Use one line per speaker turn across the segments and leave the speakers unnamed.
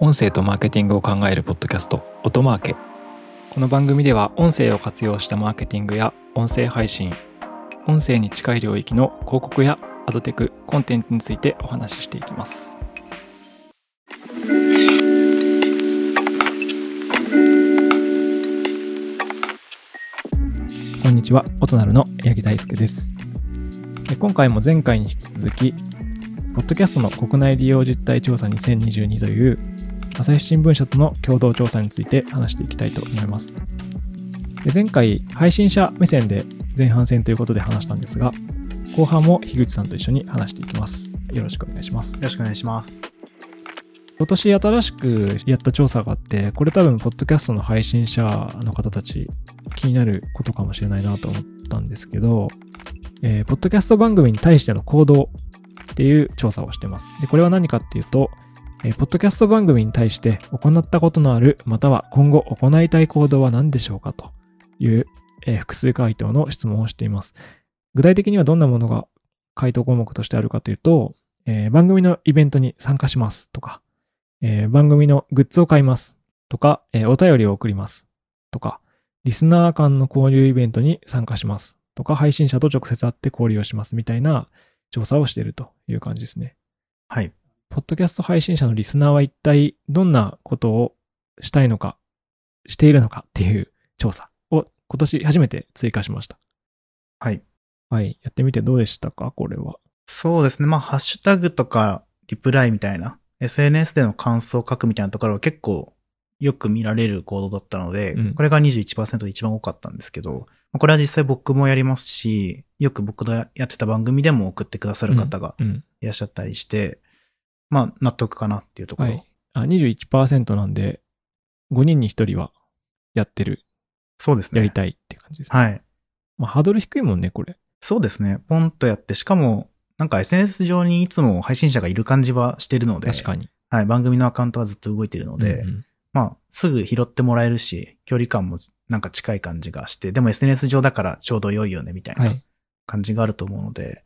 音声とマーケティングを考えるポッドキャスト音マーケこの番組では音声を活用したマーケティングや音声配信音声に近い領域の広告やアドテクコンテンツについてお話ししていきますこんにちは音なるの八木大輔ですで今回も前回に引き続きポッドキャストの国内利用実態調査2022という朝日新聞社との共同調査について話していきたいと思います。で前回、配信者目線で前半戦ということで話したんですが、後半も樋口さんと一緒に話していきます。よろしくお願いします
よ。ろしくお願いします。
今年新しくやった調査があって、これ多分、ポッドキャストの配信者の方たち、気になることかもしれないなと思ったんですけど、えーポッドキャスト番組に対しての行動っていう調査をしてます。で、これは何かっていうと、えーポッドキャスト番組に対して行ったことのある、または今後行いたい行動は何でしょうかという、えー複数回答の質問をしています。具体的にはどんなものが回答項目としてあるかというと、えー番組のイベントに参加しますとか、えー番組のグッズを買いますとか、えーお便りを送りますとか、リスナー間の交流イベントに参加しますとか、配信者と直接会って交流をしますみたいな調査をしているという感じですね。
はい。
ポッドキャスト配信者のリスナーは一体どんなことをしたいのか、しているのかっていう調査を今年初めて追加しました。
はい。
はい。やってみてどうでしたかこれは。
そうですね。まあ、ハッシュタグとか、リプライみたいな、SNS での感想を書くみたいなところは結構よく見られる行動だったので、
うん
これが21%で一番多かったんですけど、まあこれは実際僕もやりますし、よく僕のやってた番組でも送ってくださる方が
うん。
いらっしゃったりして、まあ、納得かなっていうとこ
は
ろ。
い。あ、21%なんで、5人に1人はやってる、
そうですね。
やりたいって感じですね。
はい。
まあ、ハードル低いもんね、これ。
そうですね。ポンとやって、しかも、なんか SNS 上にいつも配信者がいる感じはしてるので、
確かに。
はい、番組のアカウントはずっと動いてるので、
うんうん
まあ、すぐ拾ってもらえるし、距離感もなんか近い感じがして、でも SNS 上だからちょうど良いよね、みたい
は。
ない感じがあると思うので、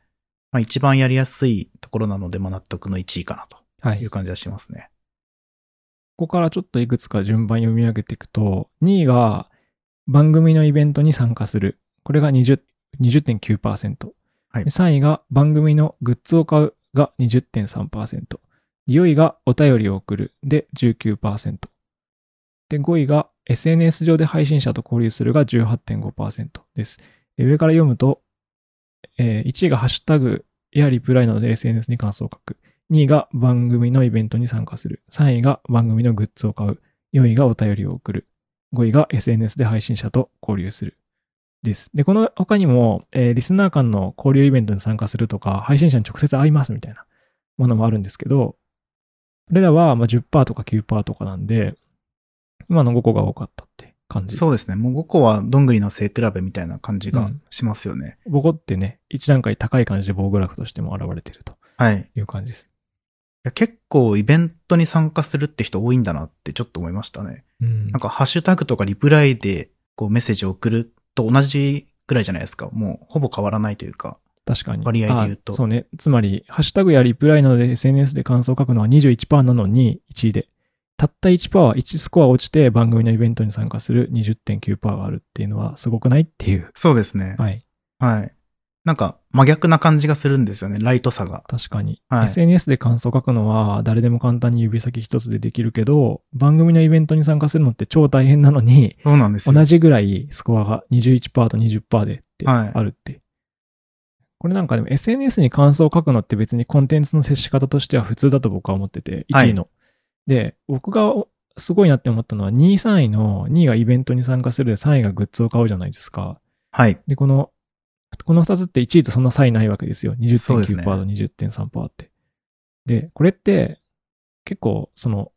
まあ一番やりやすいところなので、まあ納得の1位かなと
はい
いう感じはしますね。
ここからちょっといくつか順番に読み上げていくと、2位が番組のイベントに参加する。これが20 20.9%。
はい
で3位が番組のグッズを買うが20.3%。4位がお便りを送るで19%。で、5位が SNS 上で配信者と交流するが18.5%です。で上から読むと、え1位がハッシュタグやリプライなどで SNS に感想を書く。2位が番組のイベントに参加する。3位が番組のグッズを買う。4位がお便りを送る。5位が SNS で配信者と交流する。です。で、この他にも、えーリスナー間の交流イベントに参加するとか、配信者に直接会いますみたいなものもあるんですけど、これらはまあ10%とか9%とかなんで、今の5個が多かったって感じ。
そうですね。もう5個はどんぐりの背比べみたいな感じがしますよね。
ボコってね、1段階高い感じで棒グラフとしても現れてると
はい。い
いう感じです。
や結構イベントに参加するって人多いんだなってちょっと思いましたね。
うん
なんかハッシュタグとかリプライでこうメッセージを送ると同じくらいじゃないですか。もうほぼ変わらないというか。
確かに。
割合で言うと
あそうね。つまり、ハッシュタグやリプライなどで SNS で感想を書くのは21%なのに1位で。たった1%は1スコア落ちて番組のイベントに参加する20.9%があるっていうのはすごくないっていう。
そうですね。
はい。
はい。なんか真逆な感じがするんですよね。ライトさが。
確かに。
はい
SNS で感想を書くのは誰でも簡単に指先一つでできるけど、番組のイベントに参加するのって超大変なのに、
そうなんですよ。
同じぐらいスコアが21%と20%でって
はい
あるって。これなんかでも SNS に感想を書くのって別にコンテンツの接し方としては普通だと僕は思ってて、
はい
1位の。で、僕がすごいなって思ったのは2位、3位の2位がイベントに参加するで3位がグッズを買うじゃないですか。
はい。
で、この、この2つって1位とそんな差異ないわけですよ。
そうです
20.9%
ね
と20.3%って。で、これって結構その、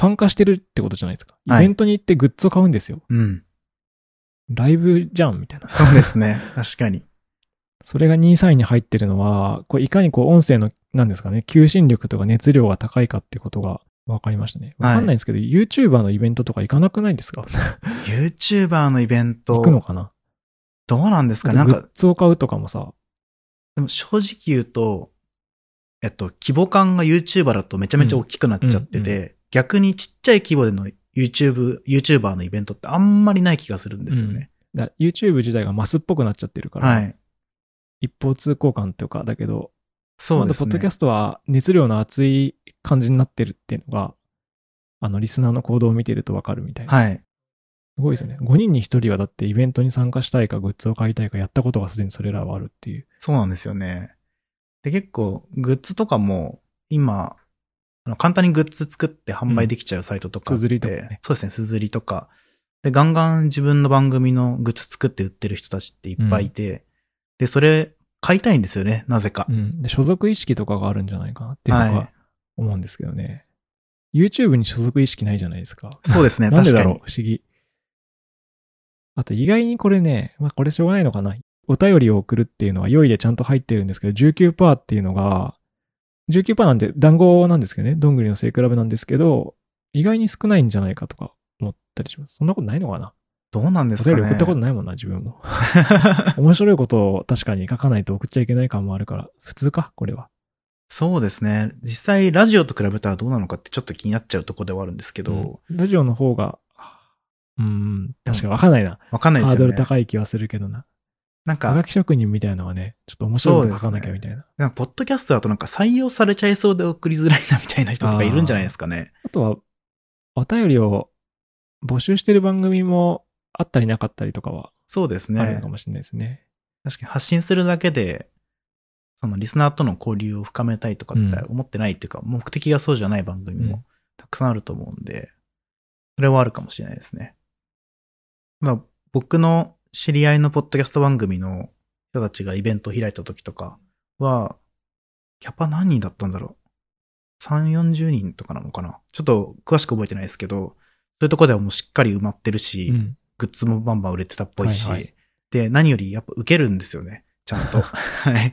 ファン化してるってことじゃないですか。イ
はい
ベントに行ってグッズを買うんですよ。
うん。
ライブじゃんみたいな。
そうで すね。確かに。
それが2位3位に入ってるのは、これいかにこう音声の、なんですかね、求心力とか熱量が高いかってことが分かりましたね。
はい
わかんないんですけど、YouTuber のイベントとか行かなくないですか
YouTuber のイベン
行くの
ト、
かな
どうなんです
あ
か
と
なん
グ
か
ッ、ズを買うとかもさ、
でも正直言うと、えっと、規模感が YouTuber だとめちゃめちゃ大きくなっちゃって
うん
て、逆にちっちゃい規模での YouTube、YouTuber のイベントってあんまりない気がするんですよね。
だ YouTube 自体がマスっぽくなっちゃってるから、
はい。
一方通行感というか、だけど、
そう
ま
で
だ
す
ポッ
ね
ドキ。ャストは熱量の熱い感じになってるっていうのが、あの、リスナーの行動を見てるとわかるみたいな。
はい。
すごいですよね。5人に1人はだってイベントに参加したいか、グッズを買いたいか、やったことがすでにそれらはあるっていう。
そうなんですよね。で、結構、グッズとかも、今、あの簡単にグッズ作って販売できちゃうサイトとかあっ
うんす
て、
ずりとかね
そうですね、すずりとか。で、ガンガン自分の番組のグッズ作って売ってる人たちっていっぱいいて、で、それ、買いたいんですよね、なぜか。
うん。で、所属意識とかがあるんじゃないかなっていうの
は
が
い
思うんですけどね。YouTube に所属意識ないじゃないですか。
そうです ね、
なんで
確
だ
か
ろ
に。
う、不思議。あと、意外にこれね、まあ、これしょうがないのかな。お便りを送るっていうのは、良いでちゃんと入ってるんですけど、19%っていうのが、19%なんで、団子なんですけどね、どんぐりの背比べなんですけど、意外に少ないんじゃないかとか思ったりします。そんなことないのかな。
どうなんで
お
すか
便
ね。
り送ったことないもんな、自分も。 面白いことを確かに書かないと送っちゃいけない感もあるから、普通か、これは。
そうですね。実際、ラジオと比べたらどうなのかってちょっと気になっちゃうとこではあるんですけど、わ、
うんラジオの方が、うん、確かにわかんないな。
かんないで
ハー
す
ドル
よね。
高い気はするけどな。
な
は
んか
が、き職人みたいのはね、ちょっと面白いこと書かなきゃみたいな。
なんかポッドキャストだとなんか採用されちゃいそうで送りづらいなみたいな人とかいるんじゃないですかね。
あとは、お便りを募集してる番組もあったりなかったりとかは
そうです
あるの
ね
か。もしれないですね。
確かに発信するだけで、そのリスナーとの交流を深めたいとかって思ってないっていうか、目的がそうじゃない番組
うん
もたくさんあると思うんで、それはあるかもしれないですね。まあ、僕の知り合いのポッドキャスト番組の人たちがイベントを開いた時とかは、キャパ何人だったんだろう ?3、40人とかなのかなちょっと詳しく覚えてないですけど、そういうとこではもうしっかり埋まってるし、
うん。
グッズもバンバン売れてたっぽいし、
はいはい
で、何よりやっぱ受けるんですよね、ちゃん と。はい。やっ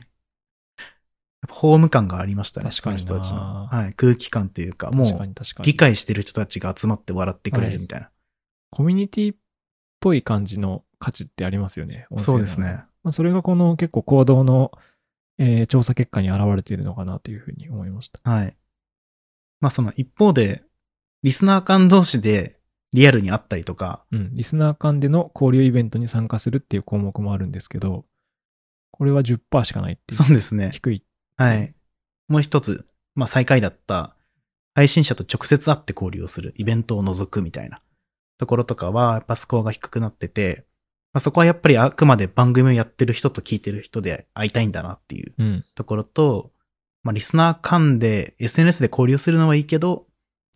ぱホーム感がありましたね、
確かにな
その人たちの、はい、空気感というか、も
確か
う
に確かに。
理解してる人たちが集まって笑ってくれるみたいな。
コミュニティっぽい感じの価値ってありますよね。音声
そう
な
で
ら
すね。。
まあ、それがこの結構行動の、えー調査結果に現れているのかなというふうに思いました。
はい。まあその一方で、リスナー間同士でリアルに会ったりとか、
うん。リスナー間での交流イベントに参加するっていう項目もあるんですけど、これは10%しかないってい。
そううですね。
低い。
はい。もう一つ、まあ最下位だった、配信者と直接会って交流をする、イベントを除くみたいなところとかは、やっぱスコアが低くなってて、まあそこはやっぱりあくまで番組をやってる人と聞いてる人で会いたいんだなっていう
うん。
ところと、まあリスナー間で SNS で交流するのはいいけど、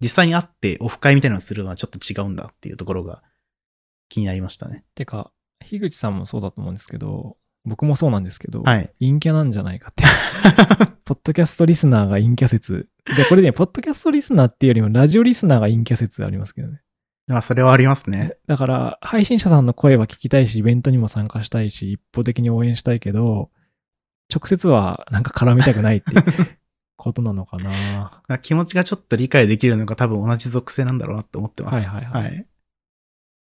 実際に会ってオフ会みたいなのをするのはちょっと違うんだっていうところが気になりましたね。
てか、樋口さんもそうだと思うんですけど、僕もそうなんですけど、
はい。
陰キャなんじゃないかっていう。 ポッドキャストリスナーが陰キャ説。で、これね、ポッドキャストリスナーっていうよりも、ラジオリスナーが陰キャ説ありますけどね。
まあそれはありますね。
だから、配信者さんの声は聞きたいし、イベントにも参加したいし、一方的に応援したいけど、直接はなんか絡みたくない っていうことなのかな。
なんか気持ちがちょっと理解できるのが多分同じ属性なんだろうなって思ってます。
はいはいはい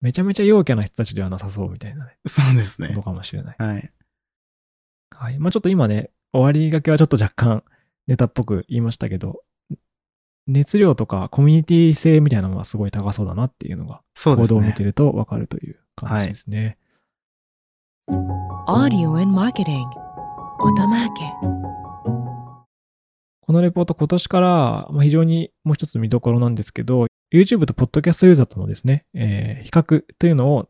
めちゃめちゃ陽キャな人たちではなさそうみたいなね、
そうです
こ
ね
と。かもしれない。
はい。
はい。まあちょっと今ね、終わりがけはちょっと若干ネタっぽく言いましたけど、熱量とかコミュニティ性みたいなのはすごい高そうだなっていうのが、
そうで
行
す
動を見
ね
て。るとわかるという感じですね。
Audio and Marketing. Otamake.
このレポート今年から、まあ、非常にもう一つ見どころなんですけど、YouTube と Podcast ユーザーとのですね、えー比較というのを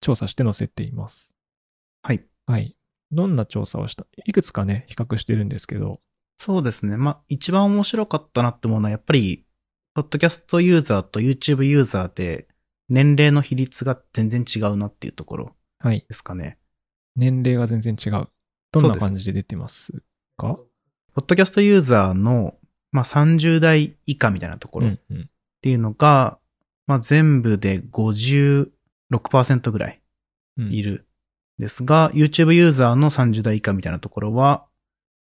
調査して載せています。
はい。
はい。どんな調査をしたいくつかね、比較してるんですけど、
そうですね。まあ、一番面白かったなって思うのは、やっぱり、ポッドキャストユーザーと YouTube ユーザーで、年齢の比率が全然違うなっていうところ
はい。
ですかね。
年齢が全然違う。どん
そう
な
です
感じで出てますか
ポッドキャストユーザーの、まあ、30代以下みたいなところっ
うんうん
ていうのが、まあ、全部で56%ぐらい
うん
いる。ですが、YouTube ユーザーの30代以下みたいなところは、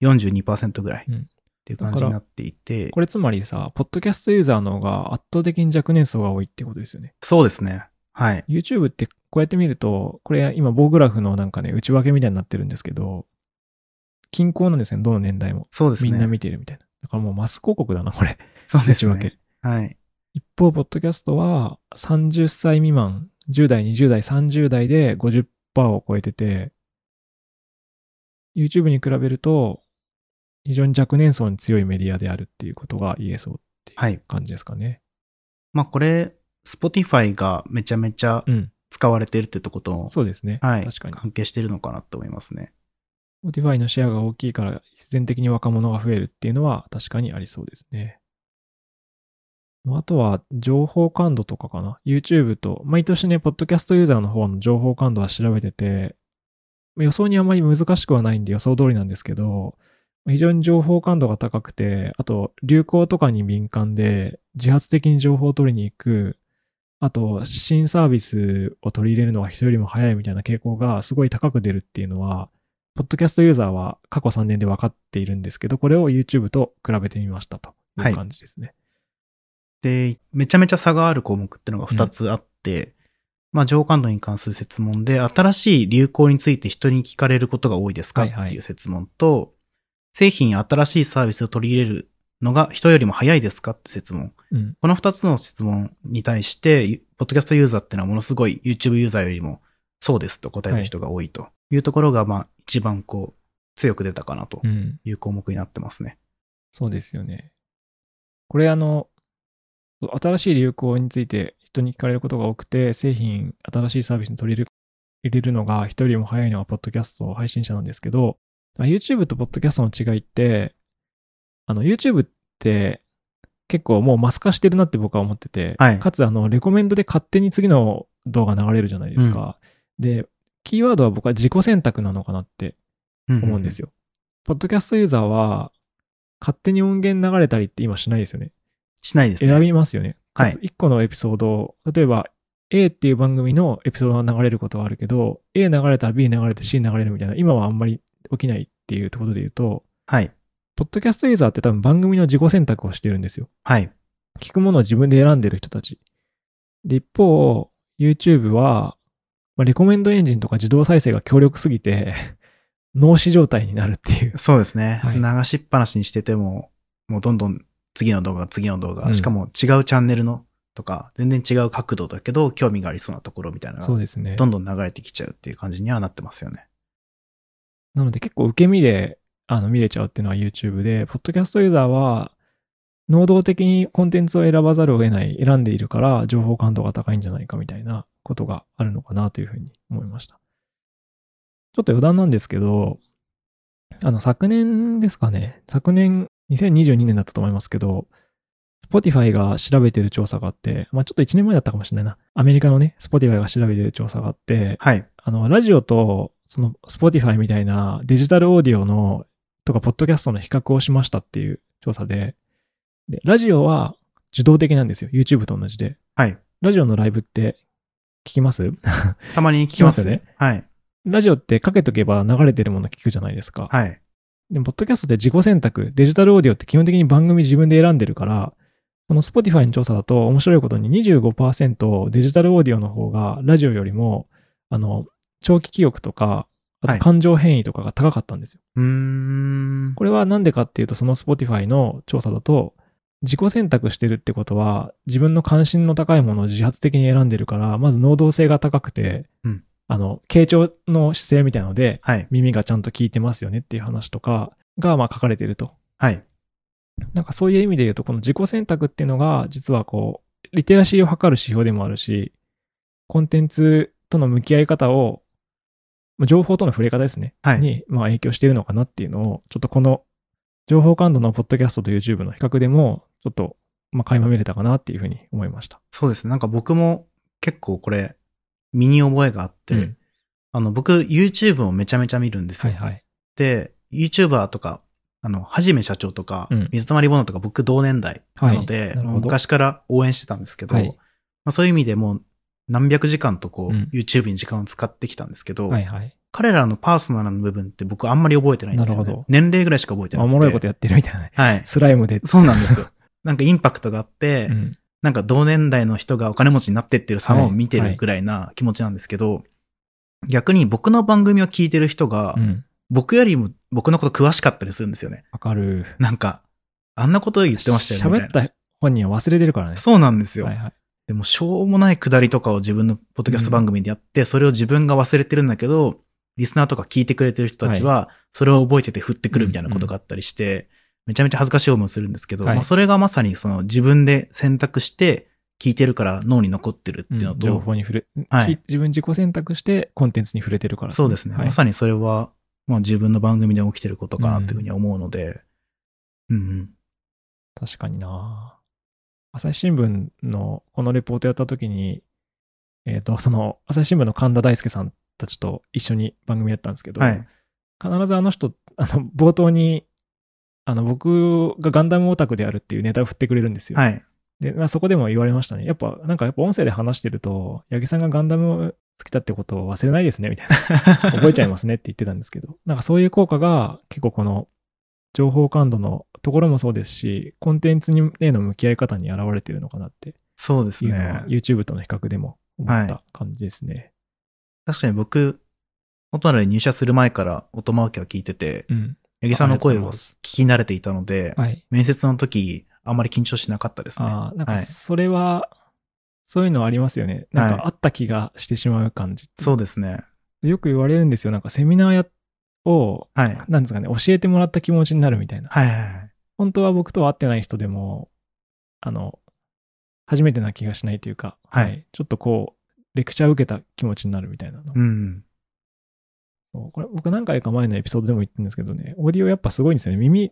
42%ぐらい
うん
っていう感じになっていて、
これつまりさ、ポッドキャストユーザーの方が圧倒的に若年層が多いってことですよね。
そうですね。はい。
YouTube ってこうやって見ると、これ今棒グラフのなんかね、内訳みたいになってるんですけど、均衡なんですね、どの年代も。
そうですね。
みんな見てるみたいな。だからもうマス広告だな、これ。
そうです
内訳
ね。はい。
一方、ポッドキャストは30歳未満、10代、20代、30代で50%を超えてて、YouTube に比べると、非常に若年層に強いメディアであるっていうことが言えそうっていう
はい。
感じですかね。
まあこれ、Spotify がめちゃめちゃ
うん。
使われてるってとことも、
そうですね。
はい。
確かに。
関係してるのかなと思いますね。
Spotify のシェアが大きいから、必然的に若者が増えるっていうのは確かにありそうですね。あとは、情報感度とかかな。YouTube と、毎年ね、ポッドキャストユーザーの方の情報感度は調べてて、予想にあまり難しくはないんで予想通りなんですけど、非常に情報感度が高くて、あと、流行とかに敏感で、自発的に情報を取りに行く、あと、新サービスを取り入れるのが人よりも早いみたいな傾向がすごい高く出るっていうのは、ポッドキャストユーザーは過去3年で分かっているんですけど、これを YouTube と比べてみましたという感じですね。
で、めちゃめちゃ差がある項目ってのが2つあって、まあ、情感度に関する質問で、新しい流行について人に聞かれることが多いですか
は
っ
いはい
ていう質問と、製品や新しいサービスを取り入れるのが人よりも早いですかって質問。
うん。
この2つの質問に対して、ポッドキャストユーザーってのはものすごい YouTube ユーザーよりも、そうですと答えた人が多いというところが、まあ、一番こう、強く出たかなと
うん。
いう項目になってますね。
そうですよね。これあの、新しい流行について人に聞かれることが多くて、製品、新しいサービスに取り入れる入れるのが人よりも早いのがポッドキャスト配信者なんですけど、まあ YouTube とポッドキャストの違いって、あの YouTube って結構もうマス化してるなって僕は思ってて、
はい
かつあのレコメンドで勝手に次の動画流れるじゃないですか。で、キーワードは僕は自己選択なのかなって思うんです
よ。
よ。ポッドキャストユーザーは、勝手に音源流れたりって今しないですよね。
しないですね。
選びますよね。
はい
かつ1個のエピソードを、例えば A っていう番組のエピソードが流れることはあるけど、A 流れたら B 流れて C 流れるみたいな、今はあんまり起きないっていうところで言うと、
はい。
ポッドキャストユーザーって多分番組の自己選択をしてるんですよ。
はい。
聞くものを自分で選んでる人たち。で、一方、YouTube は、まあ、レコメンドエンジンとか自動再生が強力すぎて、 脳死状態になるっていう。
そうですね。
はい
流しっぱなしにしてても、もうどんどん次の動画、次の動画、
うん
しかも違うチャンネルのとか、全然違う角度だけど、興味がありそうなところみたいなの
そう
が、
ですね。
どんどん流れてきちゃうっていう感じにはなってますよね。
なので結構受け身であの見れちゃうっていうのは YouTube で、ポッドキャストユーザーは、能動的にコンテンツを選ばざるを得ない、選んでいるから情報感度が高いんじゃないかみたいなことがあるのかなというふうに思いました。ちょっと余談なんですけど、あの昨年ですかね、昨年2022年だったと思いますけど、Spotify が調べてる調査があって、まあちょっと1年前だったかもしれないな。アメリカのね、Spotify が調べてる調査があって、
はい。
あの、ラジオと、その、Spotify みたいなデジタルオーディオの、とか、ポッドキャストの比較をしましたっていう調査で、で、ラジオは受動的なんですよ。YouTube と同じで。
はい。
ラジオのライブって、聞きます
たまに聞きます
聞
ね。はい。
ラジオってかけとけば流れてるもの聞くじゃないですか。
はい。
でも、ポッドキャストって自己選択、デジタルオーディオって基本的に番組自分で選んでるから、この Spotify の調査だと面白いことに25%デジタルオーディオの方がラジオよりも、あの、長期記憶とか、あ
は
と
い
感情変異とかが高かったんですよ。
うーん。
これはなんでかっていうと、その Spotify の調査だと、自己選択してるってことは、自分の関心の高いものを自発的に選んでるから、まず能動性が高くて、
うん
あの、傾聴の姿勢みたいので、
はい。
耳がちゃんと聞いてますよねっていう話とかが、まあ書かれてると。
はい。
なんかそういう意味で言うと、この自己選択っていうのが、実はこう、リテラシーを測る指標でもあるし、コンテンツとの向き合い方を、まあ情報との触れ方ですね。
はい
に、まあ影響しているのかなっていうのを、ちょっとこの、情報感度のポッドキャストと YouTube の比較でも、ちょっと、まあ垣間見れたかなっていうふうに思いました。
そうですね。なんか僕も結構これ、身に覚えがあって、
うん
あの、僕、YouTube をめちゃめちゃ見るんです
は
よ。
いはい。
で、YouTuber とか、あの、はじめ社長とか、
うん
水溜りボンドとか僕同年代なので、
はいなるほど
もう昔から応援してたんですけど、
はい
まあ、そういう意味でもう何百時間とこう、
うん
YouTube に時間を使ってきたんですけど、
はいはい。
彼らのパーソナルの部分って僕あんまり覚えてないんですよ、
なるほ
ね
ど。
年齢ぐらいしか覚えて
まあ
な
お
く
も
て。
ろいことやってるみたいなね。
はい。
スライムで。
そうなんですよ。なんかインパクトがあって、
うん
なんか同年代の人がお金持ちになってってる様を見て
はいは
る
い
ぐらいな気持ちなんですけど、逆に僕の番組を聞いてる人が、
うん。
僕よりも僕のこと詳しかったりするんですよね。
わかる。
なんか、あんなこと言ってましたよね。み
喋
た
っ
いな
た本人は忘れてるからね。
そうなんですよ。
はいはい。
でも、しょうもないくだりとかを自分のポッドキャスト番組でやって、それを自分が忘れてるんだけど、リスナーとか聞いてくれてる人たちは、それを覚えてて振ってくるみたいなことがあったりして、めちゃめちゃ恥ずかしい思いをするんですけど、
はい
まあそれがまさにその自分で選択して聞いてるから脳に残ってるっていうの
うん
と、
情報に触れ、
はい
き自分自己選択してコンテンツに触れてるから、
そうですね。
はい
まさにそれは、まあ自分の番組で起きてることかなというふうに思うので、うん、うん。
確かにな朝日新聞のこのレポートやった時に、えっ、と、その、朝日新聞の神田大輔さんたちと一緒に番組やったんですけど、
はい。
必ずあの人、あの、冒頭に、あの、僕がガンダムオタクであるっていうネタを振ってくれるんですよ。
はい。
で、まあ、そこでも言われましたね。やっぱ、なんかやっぱ音声で話してると、八木さんがガンダム好きだってことを忘れないですね、みたい な。覚えちゃいますねって言ってたんですけど、なんかそういう効果が結構この情報感度のところもそうですし、コンテンツにへの向き合い方に現れてるのかなって
そうです
いうのは、
ね。
YouTube との比較でも思った感じですね。
確かに僕、音なで入社する前から音マーケは聞いてて、
うん。
八木さんの声
ありが
を
とうございま
聞
す
き慣れていたので、
はい。
面接の時、あんまり緊張しなかったですね。
ああ、なんか
はい
それは、そういうのありますよね。なんかあった気がしてしまう感じ。
そうですね。
よく言われるんですよ。なんかセミナーやを、
はい。
なんですかね、教えてもらった気持ちになるみたいな。
はいはいはい。
本当は僕とは会ってない人でも、あの、初めてな気がしないというか、
はい
ちょっとこう、レクチャー受けた気持ちになるみたいなの。
うん。
そうこれ僕何回か前のエピソードでも言ってるんですけどね、オーディオやっぱすごいんですよね。耳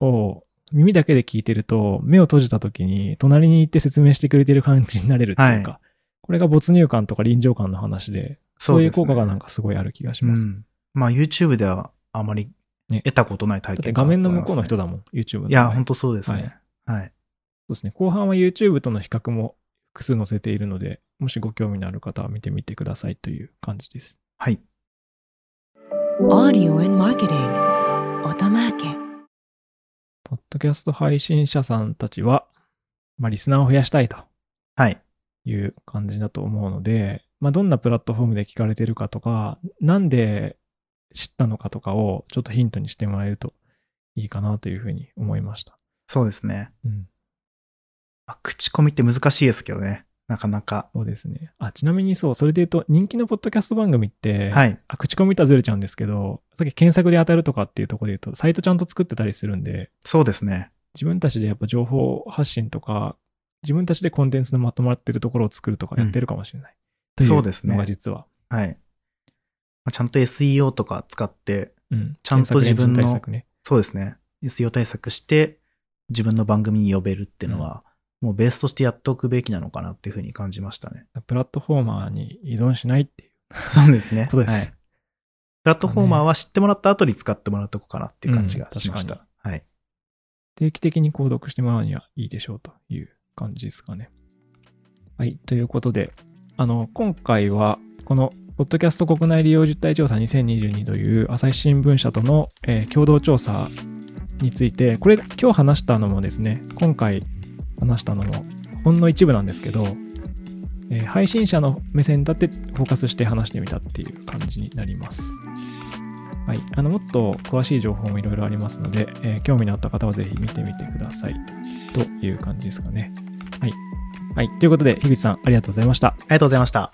を、耳だけで聞いてると、目を閉じた時に、隣に行って説明してくれてる感じになれるっていうか、これが没入感とか臨場感の話で、そういう
ですね
効果がなんかすごいある気がします。
うん。まあ YouTube ではあまり
ね
得たことない
だ
体
って
験
画面の向こうの
だと
人だもん、YouTube の、
思いますね。いや、本当そうです
はい
ね。は
そ
い。
うですね。後半は YouTube との比較も複数載せているので、もしご興味のある方は見てみてくださいという感じです。
はい。
Audio and Marketing 音マーケ
ポッドキャスト配信者さんたちは、まあ、リスナーを増やしたいと
はい。
いう感じだと思うので、まあ、どんなプラットフォームで聞かれてるかとか、なんで知ったのかとかをちょっとヒントにしてもらえるといいかなというふうに思いました。
そうですね。
うん。
まあ口コミって難しいですけどね。なかなか。
そうですね。あ、ちなみにそう、それで言うと、人気のポッドキャスト番組って、
はい。
あ、口コミとはずれちゃうんですけど、さっき検索で当たるとかっていうところで言うと、サイトちゃんと作ってたりするんで、
そうですね。
自分たちでやっぱ情報発信とか、自分たちでコンテンツのまとまってるところを作るとかやってるかもしれない。とい
そうですね
のが実は。
はい。まあちゃんと SEO とか使って、
うん。
ちゃんと自分の
検索エンジン対策ね。
そうですね。SEO 対策して、自分の番組に呼べるっていうのは、もうベースとしてやっておくべきなのかなっていうふうに感じましたね。
プラットフォーマーに依存しないっていう
そうですね。
ことです。
はい。プラットフォーマーは知ってもらった後に使ってもらうとこかなっていう感じがしまし
う
た
ん。
はい。
定期的に購読してもらうにはいいでしょうという感じですかね。はい。ということで、あの、今回は、この、ポッドキャスト国内利用実態調査2022という朝日新聞社との、えー共同調査について、これ、今日話したのもですね、今回話したのも、ほんの一部なんですけど、えー配信者の目線に立ってフォーカスして話してみたっていう感じになります。はい、あのもっと詳しい情報もいろいろありますので、えー興味のあった方はぜひ見てみてくださいという感じですかね。はい。はい、ということで、樋口さん、ありがとうございました。
ありがとうございました。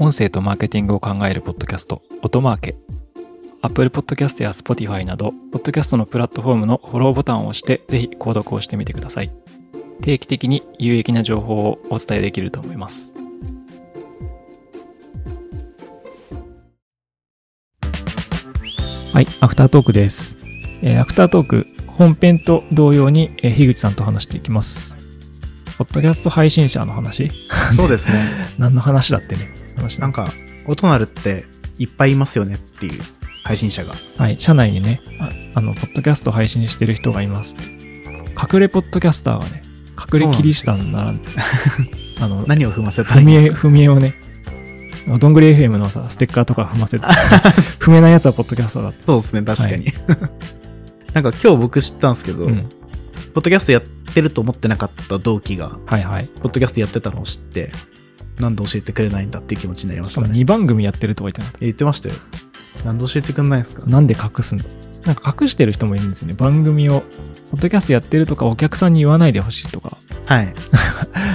音声とマーケティングを考えるポッドキャスト、音マーケ。Apple Podcast や Spotify など、ポッドキャストのプラットフォームのフォローボタンを押して、ぜひ購読をしてみてください。定期的に有益な情報をお伝えできると思います。はい、アフタートークです。えーアフタートーク、本編と同様に、えー樋口さんと話していきます。ポッドキャスト配信者の話
そうですね。
何の話だってね。話
なん
です
か、音なるっていっぱいいますよねっていう配信者が。
はい、社内にねあ、あの、ポッドキャスト配信してる人がいます。隠れポッドキャスターがね、隠れキリシタンなら、あ の、
何を踏ませたら
踏
いいん
み
で
絵、
すか
踏み絵をね、どんぐり FM のさ、ステッカーとか踏ま せて、踏めないやつはポッドキャスターだって。
そうですね、確かに。なんか今日僕知ったんですけど、
うん。
ポッドキャストやってると思ってなかった同期が、
はいはい。
ポッドキャストやってたのを知って、なんで教えてくれないんだっていう気持ちになりまし
したかも
ね。
2番組やってるとか言ってなかっ
言ってましたよ。なんで教えてくんないんですか
た。なんで隠すんだなんか隠してる人もいるんですよね。番組を、ポッドキャストやってるとか、お客さんに言わないでほしいとか、
はい。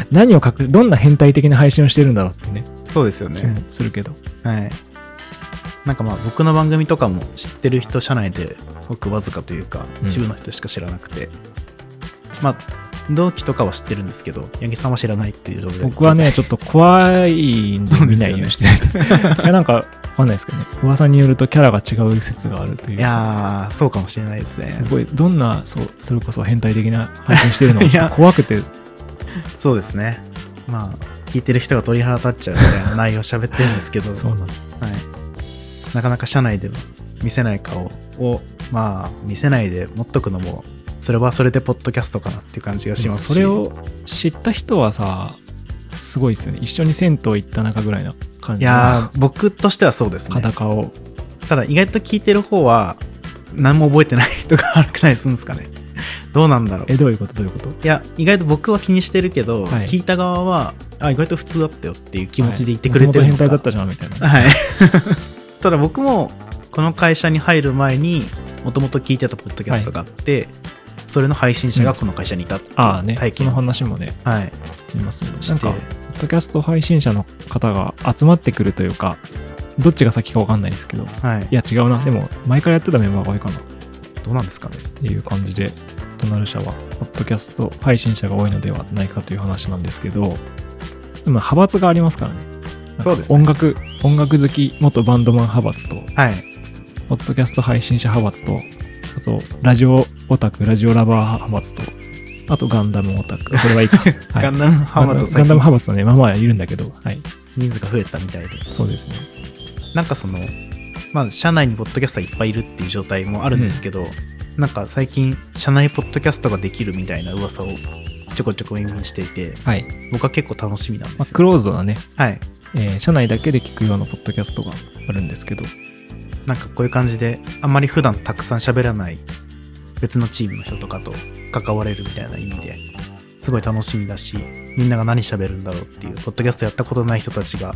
何を隠、どんな変態的な配信をしてるんだろうってね、
そうですよ
気も
ね。
するけど。
はい。なんかまあ僕の番組とかも知ってる人社内でごくわずかというか
うん
一部の人しか知らなくて、まあ同期とかは知ってるんですけど八木さんは知らないっていう状態で
僕はね、ちょっと怖いんで
そうで
見
す
ない
よね
ようにして ないと。いや、なんか、わかんないですけどね。噂によるとキャラが違う説があるという。
いやーそうかもしれないですね
すごい、どんな、そう、それこそ変態的な配信してるのがちょっと怖くて、
そうですねまあ聞いてる人が鳥肌立っちゃうみたいな内容喋ってるんですけ ど
そうなんです。
はい、なかなか社内では見せない顔をまあ見せないで持っとくのもそれはそれでポッドキャストかなっていう感じがしますし
でもそれを知った人はさ、すごいですよね。一緒に銭湯行った中ぐらいな感
い
じの
やー僕としてはそうですね
裸を。
ただ意外と聞いてる方は何も覚えてないとか悪くないりするんですかねどうなんだろう
え、どういうことどういうこと
いや意外と僕は気にしてるけど、
はい
聞いた側はあ意外と普通だったよっていう気持ちでいてくれて
はい
る
元
の
々変態だ
か、
ったじゃんみたいな。
はいただ僕もこの会社に入る前にもともと聞いてたポッドキャストがあって、それの配信者がこの会社にいたっていう
ああね、
体
そ
験
の
を、
話もね、
はい、
いますよね。な
し
ん
て
か、ポッドキャスト配信者の方が集まってくるというか、どっちが先かわかんないですけど、
はい
いや違うな、でも前からやってたメンバーが多いかなっ
どうなんですかね
ていう感じで、隣社は、ポッドキャスト配信者が多いのではないかという話なんですけど、でも派閥がありますからね。
そうですね
音楽、音楽好き元バンドマン派閥と、
はい
ポッドキャスト配信者派閥と、あと、ラジオオタク、ラジオラバー派閥と、あとガンダムオタク。これはいい か。はい
ガンダムハマと
ガン
最近
ダム派閥はね、まあまあいるんだけど、はい。
人数が増えたみたいで
そうですね。
なんかその、まあ、社内にポッドキャスターいっぱいいるっていう状態もあるんですけど、なんか最近、社内ポッドキャストができるみたいな噂をちょこちょこ耳にしていて、
はい。
僕は結構楽しみなんで
まあ、
す
ク
よ。
ローズドなね、
はい。
えー社内だけで聞くようなポッドキャストがあるんですけど、
なんかこういう感じで、あんまり普段たくさん喋らない別のチームの人とかと関われるみたいな意味で、すごい楽しみだし、みんなが何喋るんだろうっていう、ポッドキャストやったことない人たちが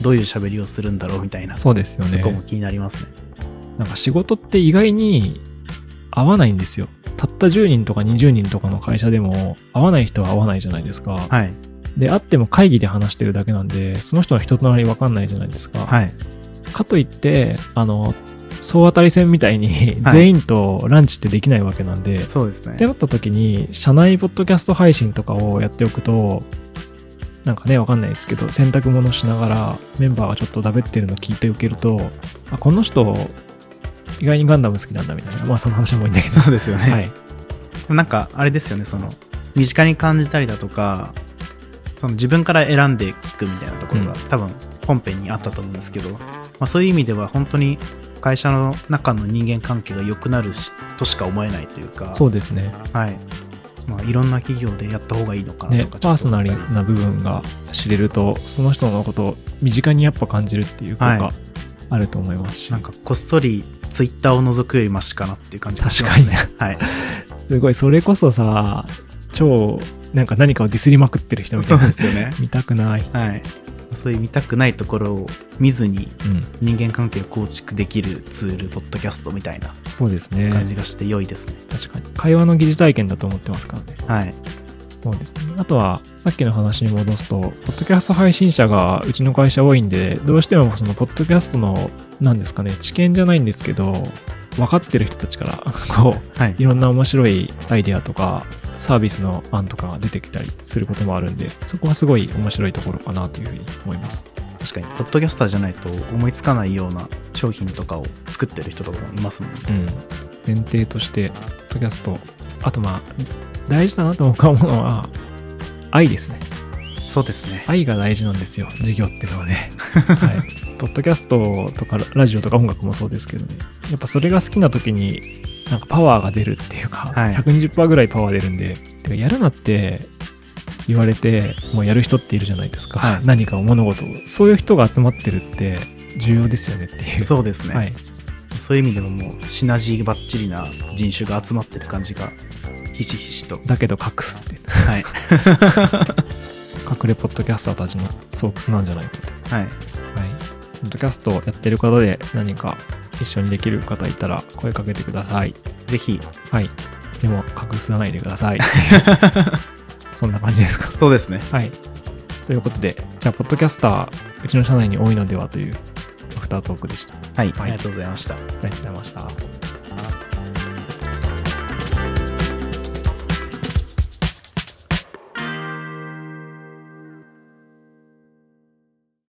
どういう喋りをするんだろうみたいな、
そうですよね
と。こも気になりますね。
なんか仕事って意外に合わないんですよ。たった10人とか20人とかの会社でも合わない人は合わないじゃないですか。
はい。
で、あっても会議で話してるだけなんで、その人の人となり分かんないじゃないですか。
はい。
かといって、あの、総当たり戦みたいに
はい
全員とランチってできないわけなんで、
そうですね
って。なった時に社内ポッドキャスト配信とかをやっておくとなんかねわかんないですけど洗濯物しながらメンバーがちょっとだべってるの聞いておけるとあこの人意外にガンダム好きなんだみたいなまあその話も多いんだけど
そうですよね。
はい
なんかあれですよねその身近に感じたりだとかその自分から選んで聞くみたいなところが、
うん
多分本編にあったと思うんですけど、まあ、そういう意味では本当に会社の中の人間関係が良くなるしとしか思えないというか
そうですね
はいまあ、いろんな企業でやった方がいいのかな
ね
とかちょ
パー
っと
ソ
思っ
ナ
た
ル
り
な部分が知れるとその人のことを身近にやっぱ感じるっていう効
は
が
い
あると思いますし、
なんかこっそりツイッターを覗くよりマシかなっていう感じがしますね。はい、
すごいそれこそさ超なんか何かをディスりまくってる人みた
そ
いうな
ですよね、
見たくない、
はい。そういう見たくないところを見ずに
うん、
人間関係を構築できるツール、ポッドキャストみたいな
そうですね
感じがして良いですね。
確かに会話の疑似体験だと思ってますからね
はい。
そうですねあとはさっきの話に戻すとポッドキャスト配信者がうちの会社多いんでどうしてもそのポッドキャストのなんですかね知見じゃないんですけど分かってる人たちから こう
はい
い。ろんな面白いアイデアとかサービスの案とかが出てきたりすることもあるんでそこはすごい面白いところかなというふうに思います
確かに、ポッドキャスターじゃないと思いつかないような商品とかを作ってる人とかもいますもんね。
うん前提としてポッドキャストあとまあ大事だなと僕は思うのは愛ですね
そうですね。
愛が大事なんですよ授業ってのはね、 はい、ポッドキャストとかラジオとか音楽もそうですけどねやっぱそれが好きな時になんかパワーが出るっていうか、
はい
120%ぐらいパワー出るんでてかやるなって言われてもうやる人っているじゃないですか、
はい
何かを物事をそういう人が集まってるって重要ですよねっていう
そうですね、
はい、
そういう意味でももうシナジーばっちりな人種が集まってる感じが非ひしひ しと。
だけど隠すって。
はい。
隠れポッドキャスターたちのソークスなんじゃないかと。
はい。
はい。ポッドキャストをやってる方で何か一緒にできる方いたら声かけてください。
ぜひ。
はい。でも隠さないでください。そんな感じですか。
そうですね。
はい。ということで、じゃあ、ポッドキャスター、うちの社内に多いのではというアフタートークでした。
はい。
はい
ありがとうございました。
ありがとうございました。